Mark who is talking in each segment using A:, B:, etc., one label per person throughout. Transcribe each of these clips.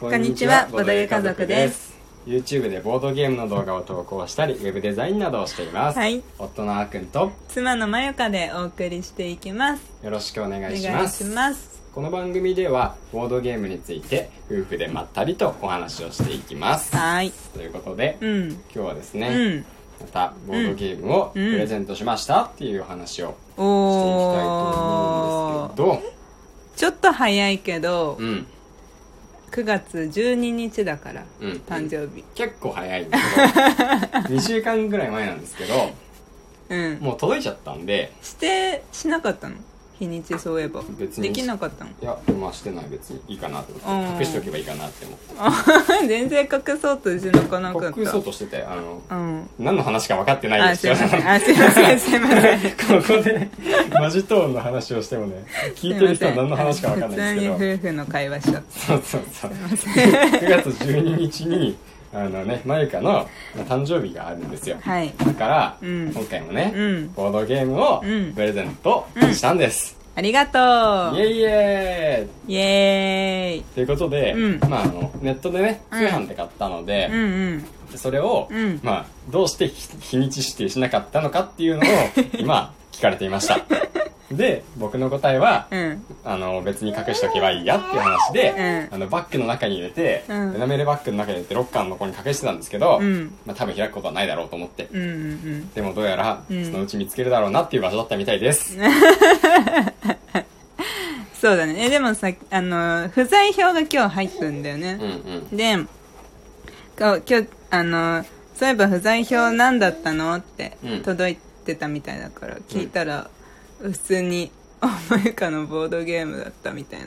A: こんにちはボ
B: ボ
A: ードゲー家族です
B: YouTube でボードゲームの動画を投稿したりウェブデザインなどをしています、
A: はい
B: 夫のあーくんと
A: 妻のまゆかでお送りしていきます
B: よろしくお願
A: お
B: い
A: 願い
B: し
A: し
B: ま
A: ますす
B: この番組ではボードゲームについて夫婦でまったりとお話をしていきます
A: はい
B: ということで、
A: う
B: 今
A: ん
B: 日はです
A: う
B: ね、
A: ん
B: またボードゲームをプレゼントしましたっていうお話をしていき
A: お
B: たいと思うん
A: お
B: ですけど、
A: ちょっと早いけど
B: うん
A: 9月12日だから
B: うん
A: 誕生日
B: 結構早いんだけど 2週間ぐらい前なんですけど
A: うん
B: もう届いちゃったんで
A: 指定しなかったの日にちそういえば
B: 別に
A: できなかったの
B: いやまあしてない別にいいかなと思っ
A: うん
B: て隠しておけばいいかなって思って
A: 全然隠そうとしなかなかった
B: 隠そうとしててあの
A: うん
B: 何の話か分かってない
A: あ
B: です
A: す
B: よ
A: いませんあすいませんすいませ ん
B: ここでねマジトーンの話をしてもね聞いてる人は何の話か分かんないんですけど
A: 普通に夫婦の会話しちゃっ
B: そうそうそう9月12日にあのねまゆかの誕生日があるんですよ
A: たはい
B: だから、
A: うん
B: 今回もね、
A: うん
B: ボードゲームを
A: うん
B: プレゼントしたんです、
A: ありがと
B: イ
A: う
B: エイイエ
A: イエーイ
B: ーイということで、
A: うん
B: まあ、あのネットでね通販で買ったので、
A: うんうん
B: それを、
A: うん
B: まあ、どうして日日にち指定しなかったのかって いうのを今聞かれていましたで僕の答えは、
A: うん
B: あの別に隠しとけばいいやっていう話で、
A: う
B: あ
A: ん
B: のバッグの中に入れて、
A: うん
B: エナメルバッグの中に入れてロッカーのとこに隠してたんですけど、
A: うん
B: まあ、多分開くことはないだろうと思って、
A: うんうん
B: でもどうやら、
A: うん
B: そのうち見つけるだろうなっていう場所だったみたいです、
A: そうだねえでもさあの不在票が今日入ったんだよ
B: うん
A: ね、
B: うん
A: でこう今日あのそういえば不在票何だったのって
B: うん
A: 届いてたみたいだから聞いたら、普通に「あまゆかのボードゲームだった」みたいな、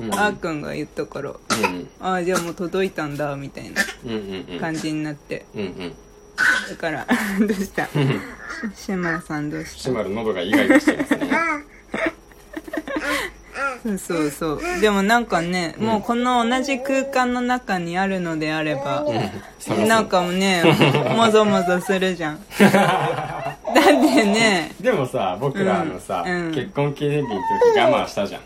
B: うん
A: あーくんが言ったから「
B: うん
A: ああじゃあもう届いたんだ」みたいな
B: うんうんうん
A: 感じになって、
B: うんうん
A: だから どうした志村さんどうした
B: シマル喉がイガイガしてますね
A: そうそうそうでもなんかね、もうこの同じ空間の中にあるのであれば、
B: そう
A: なんかもう ねもぞもぞするじゃ んだってね
B: でもさ僕らあのさ、
A: うんうん
B: 結婚記念日の時我慢したじゃん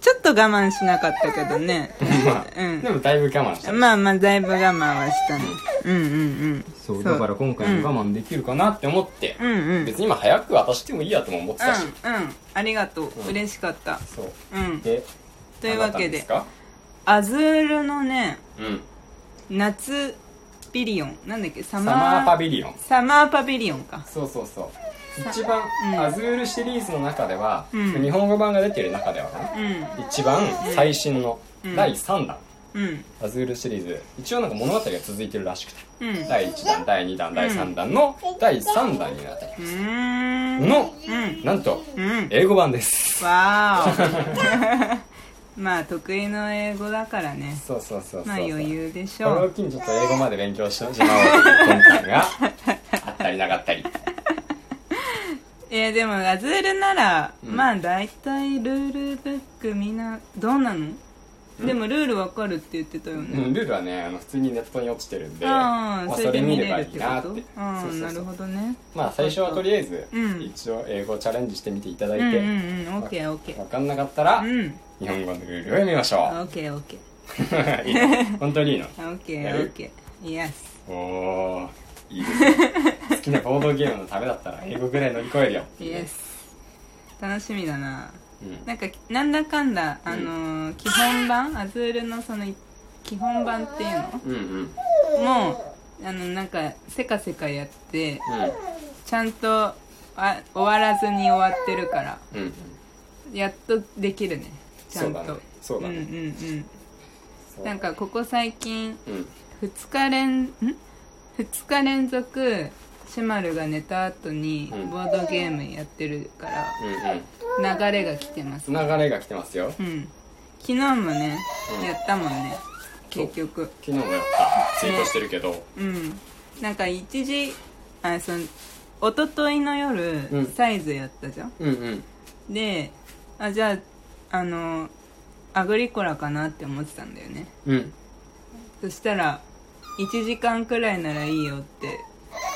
A: ちょっと我慢しなかったけどね
B: まあ、
A: うん
B: でもだいぶ我慢した、
A: まあまあだいぶ我慢はしたねうんうん
B: そう
A: そう
B: だから今回も我慢できるかなって思って、
A: うんうんうんうん
B: 別に今早く渡してもいいやとも思ってたし、
A: うんありがとう、嬉しかった
B: そう
A: うん
B: で
A: というわけで
B: あなたの
A: アズールのね
B: すか、うん、
A: 夏ビリオンなんだっけサ
B: サ
A: マー
B: マーパビリオン
A: サマーパビリオンか
B: そうそうそう一番、
A: うん
B: アズールシリーズの中では、
A: うん
B: 日本語版が出てる中ではね、
A: う
B: 一番最新の
A: うん
B: 第3弾、
A: んうん
B: アズールシリーズ一応なんか物語が続いてるらしくて
A: うんう
B: 第1弾第2弾第3弾の第3弾になったり
A: ーん
B: の
A: うん
B: なんと
A: うん
B: 英語版です
A: わーお まあ得意の英語だからね
B: そうそうそうそう
A: まあ余裕でし
B: これ
A: ょ
B: を
A: う
B: 機にちょっと英語まで勉強してしまおうという魂 胆があったりなかったり
A: いやでもアズールなら、
B: うん
A: まあ大体ルールブックみんなどうなの、でもルールわかるって言ってたよ
B: う
A: ね、
B: んルールはねあの普通にネットに落ちてるんで
A: あ
B: ま
A: あ
B: あ
A: それで見れるっ
B: それ
A: て
B: 見ればいいな
A: こ
B: っ
A: と
B: て
A: あ
B: そうそ
A: あ
B: うそう
A: なるほどね
B: まあ最初はとりあえず
A: うん
B: 一応英語をチャレンジしてみていただ
A: う
B: い
A: んうん
B: て、
A: うんオッケーオッケー
B: 分かんなかったら、
A: うん
B: 日本語のルールを読みまし
A: オ
B: ょ
A: ッケーオッケー
B: う いいね本当にいいの
A: オッケ
B: や
A: ーオ
B: る
A: ッケーイエス
B: おーいいですね好きなボードゲームのためだったら英語ぐらい乗り越えるよ
A: イエス楽しみだな
B: うん
A: なんかなんだかんだあのー基本版アズールのその基本版っていう
B: うんうん
A: のもうあのなんかせかせかやってちゃんとあ終わらずに終わってるから
B: うんうん
A: やっとできるねちゃん
B: そ
A: と
B: うだねそうだね
A: んうん
B: そううん
A: なんかここ最近
B: うん
A: 2日連ん2日連続シマルが寝た後に
B: うん
A: ボードゲームやってるから
B: う
A: 流れが来てます
B: んうん流れが来てますよ
A: うん昨日もね、
B: うん
A: やったもんね
B: そう
A: 結局
B: 昨日もやったツイートしてるけど、
A: うんなんか一時あその一昨日の夜、
B: うん
A: サイズやったじゃん
B: うんうん
A: であじゃああのアグリコラかなって思ってたんだよね
B: うん
A: そしたら1時間くらいならいいよって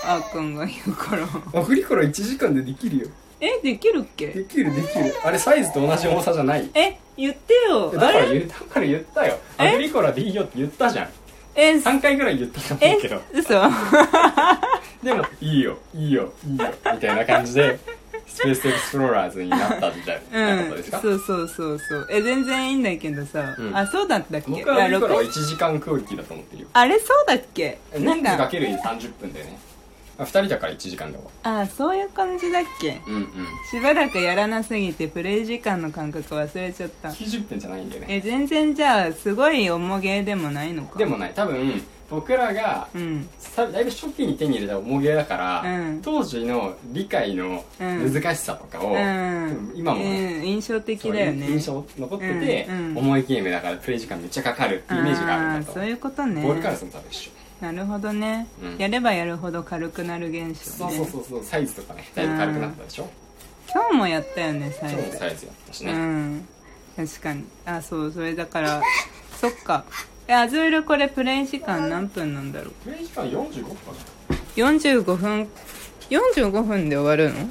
A: あーくんが言うから
B: アフリコラ1時間でできるよ
A: えできるっけ
B: きるできるあれサイズと同じ重さじゃない
A: え言ってよ
B: だ
A: あ
B: から
A: れ
B: 言うだから言ったよ
A: え
B: アグリコラでいいよって言ったじゃん
A: えす
B: 3回ぐらい言ったと
A: え
B: 思うけど
A: 嘘は
B: でもいいよいいよいいよみたいな感じでスペースエクスプローラーズになったみたいうな、こと
A: ん
B: ですか
A: そうそうそうそうえ全然いいんだけどさ、
B: うん
A: あそうだったっけ
B: 僕はア
A: あ
B: グリコラは
A: 録
B: 1時間クオリティだと思ってるよ
A: あれそうだっけな
B: 人
A: ん
B: 数か
A: か
B: ける30分でね2人だから1時間だわ
A: あそういう感じだっけ
B: うんうん
A: しばらくやらなすぎてプレイ時間の感覚忘れちゃった
B: 90分じゃないんだよね
A: え全然じゃあすごい重げでもないのか
B: でもない多分僕らが
A: うん
B: さだいぶ初期に手に入れた重げだから、
A: うん
B: 当時の理解の
A: うん
B: 難しさとかを、
A: うん
B: 今もね、
A: うん、印象的
B: そう
A: だよね
B: 印象残ってて、
A: うんうん
B: 重いゲームだからプレイ時間めっちゃかかるっていうイメージがあるんだ
A: ー
B: と
A: そういうことね
B: ボールカルスも多分一緒
A: なるほどね、
B: うん
A: やればやるほど軽くなる現象
B: そ
A: ね
B: うそうそうそうサイズとかねだいぶ軽くなったでしょ
A: 今日もやったよね
B: 今
A: 最
B: 日も
A: 後
B: サイズやったし
A: う
B: ね、
A: ん確かにあそうそれだからそっかえアズールこれプレイ時間何分なんだろう
B: プレイ時間45分か
A: 45分45分で終わるの
B: な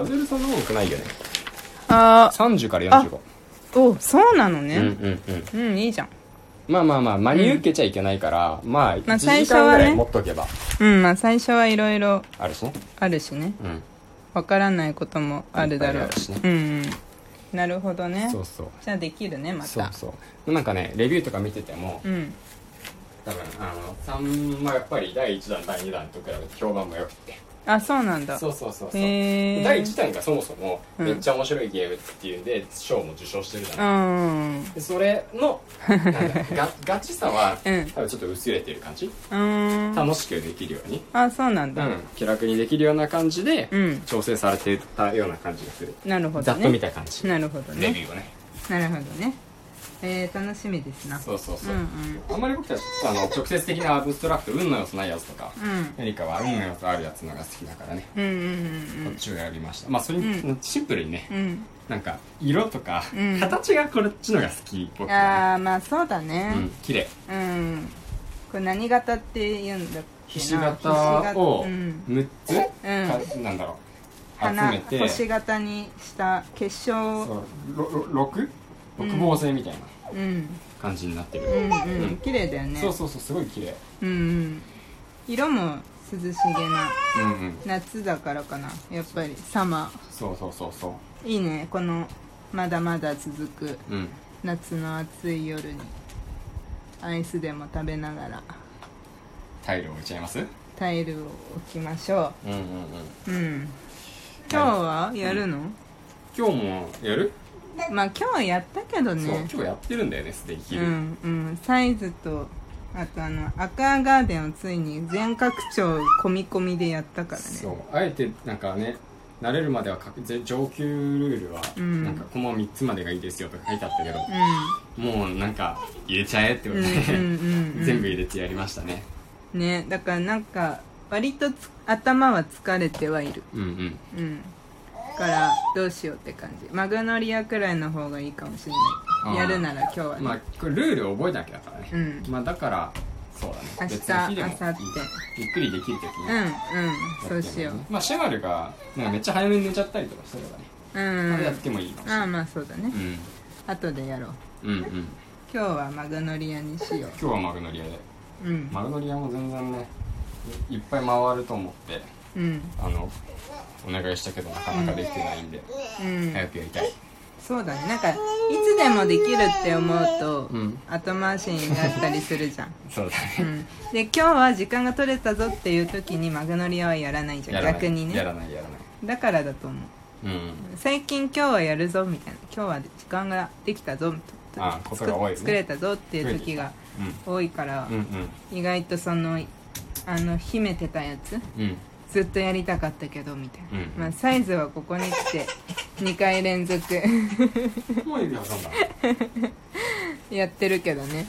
B: うんアズールそんな多くないよね
A: あ
B: 30から
A: あーおそうなの
B: うんう
A: ね
B: んうん
A: うん、いいじゃん
B: まあまあまあ真に受けちゃいけないから、まあ
A: まあ
B: 1時
A: 最初
B: 間
A: は
B: ぐ
A: ね
B: らい持っとけば
A: うんまあ最初はいろいろ
B: あるしね
A: あるしね
B: うん
A: わからないこともあるだろ
B: いっぱいあるしね
A: ううんうんなるほどね
B: そうそう
A: じゃあできるねまた
B: そうそうなんかねレビューとか見てても
A: うん
B: 多分あの3はやっぱり第1弾第2弾と比べて評判も良くて
A: あそうなんだ
B: そうそうそうそう
A: へー
B: 第1弾がそもそも
A: うん
B: めっちゃ面白いゲームっていうんで賞も受賞してるじゃ
A: う
B: ない、
A: ん
B: でそれのなんだガガチさは
A: うん
B: 多分ちょっと薄れてる感じ
A: うん
B: 楽しくできるように、
A: あそうなん
B: う
A: だ
B: ん、気楽にできるような感じで
A: うん
B: 調整されてたような感じがする、
A: なるほ
B: ざ
A: ど
B: っと見
A: ね
B: た感じ、
A: なるほど
B: レ
A: ね
B: ビューをね
A: なるほどねえー、楽しみですな
B: そうそうそう、
A: うん
B: あんまり僕たちあの直接的なアブストラクト運の要素ないやつとか
A: うん
B: エリカは運の要素あるやつのが好きだからね、
A: うんうん
B: こっちを選びましたまあそれに、シンプルにね
A: うんうん
B: なんか色とか、
A: うん
B: 形がこっちのが好き
A: う
B: 僕
A: ん
B: は、
A: ああまあそうだ
B: ね、うん
A: ね
B: 綺麗
A: うん、これ何型って言うんだっ
B: ひ
A: けな
B: し形を
A: うん
B: 6つ、
A: う
B: か
A: ん
B: なんだろう集
A: 花
B: めて
A: 星型にした結
B: そう
A: 晶
B: ろろ6六芒星みたいな
A: うん
B: 感じになってる、
A: うんう
B: うん
A: ん綺麗だよね
B: そうそうそうすごい綺麗
A: うんうん色も涼しげな
B: うんうん
A: 夏だからかなやっぱりサマ
B: そうそうそうそ
A: ーいいねこのまだまだ続く
B: ううん
A: 夏の暑い夜にアイスでも食べながら
B: タイルを打ち合いますうん
A: タイルを置きましょ
B: うんうん
A: ううん今日はやるの、
B: 今日もやる、
A: まあ今日はやったけど
B: そう
A: ね
B: 今日やってるんだよねすでに
A: う
B: 昼、
A: んうんサイズとあとあのアクアガーデンをついに全拡張込み込みでやったからね
B: そうあえてなんかね慣れるまではかくぜ上級ルールは、
A: うん
B: なんかコマ3つまでがいいですよとか書いてあったけど、もうなんか入れちゃえって
A: う
B: こ
A: ん
B: と
A: うん
B: で、
A: うんうん
B: 全部入れてやりましたね
A: ねだからなんか割とつ頭は疲れてはいる
B: うんうん
A: うんからどうしようって感じマグノリアくらいの方がいいかもしれな
B: あ
A: いや
B: ー
A: るなら今日はね、
B: まあこれルールを覚えなきゃだからね、
A: うん
B: まあだからそうだね
A: 明日
B: 別の日でもいい
A: 明後
B: ゆっくりできる時に
A: うん
B: やっ
A: うん
B: ても
A: そ
B: いいね
A: うしよ
B: まあシェマルがなんかめっちゃ早めに寝ちゃったりとかしてればね、
A: うう
B: あ
A: ん
B: れやってもいいかもしれ
A: あ
B: な
A: あ
B: い、
A: まあそうだね
B: うん
A: 後でやろう
B: うんうん
A: 今日はマグノリアにし
B: 今
A: よ
B: 日はマグノリアで
A: ううん
B: マグノリアも全然ねいいっぱい回ると思って
A: うん
B: あのお願いしたけどなかなかできてないんで、
A: うん
B: 早くやりたい
A: そうだねなんかいつでもできるって思うと、
B: うん
A: 後回しになったりするじゃん、
B: そうだ
A: う
B: ね
A: ん、で今日は時間が取れたぞっていう時にマグノリアはやらないじゃ
B: や
A: ん
B: らない
A: 逆に
B: や
A: ね
B: らないやらない
A: だからだと思う
B: うん
A: 最近今日はやるぞみたいな今日は時間ができたぞみたいな
B: あことが多いね
A: 作れたぞっていう時が多いから
B: うん、
A: 意外とそのあの秘めてたやつ
B: うんうん
A: ずっとやりたかったけどみたいな、
B: うん
A: まあ、サイズはここに来て2回連続
B: もう指挟んだ
A: やってるけどね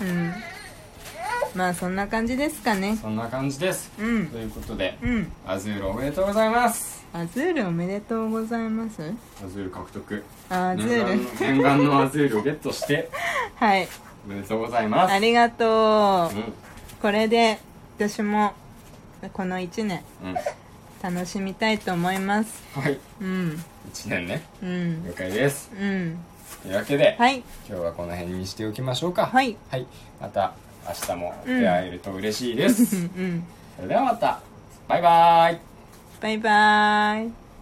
B: うん
A: うんまあそんな感じですかね
B: そんな感じです
A: うん
B: ということで
A: うん
B: アズールおめでとうございます
A: アズールおめでとうございます
B: アズール獲得
A: あアズ
B: 念願
A: ー
B: の
A: ル
B: 念願のアズールをゲットして
A: はい
B: おめでとうございます
A: ありがと
B: うん
A: うこれで私もこの1年
B: うん
A: 楽しみたいと思います
B: はい
A: うん
B: 1年ね
A: うん
B: 了解です
A: うん
B: というわけで、
A: はい
B: 今日はこの辺にしておきましょうか
A: はい
B: また明日も出会えると嬉 しいです、
A: うんうん
B: それではまたバイバイ
A: バイバーイ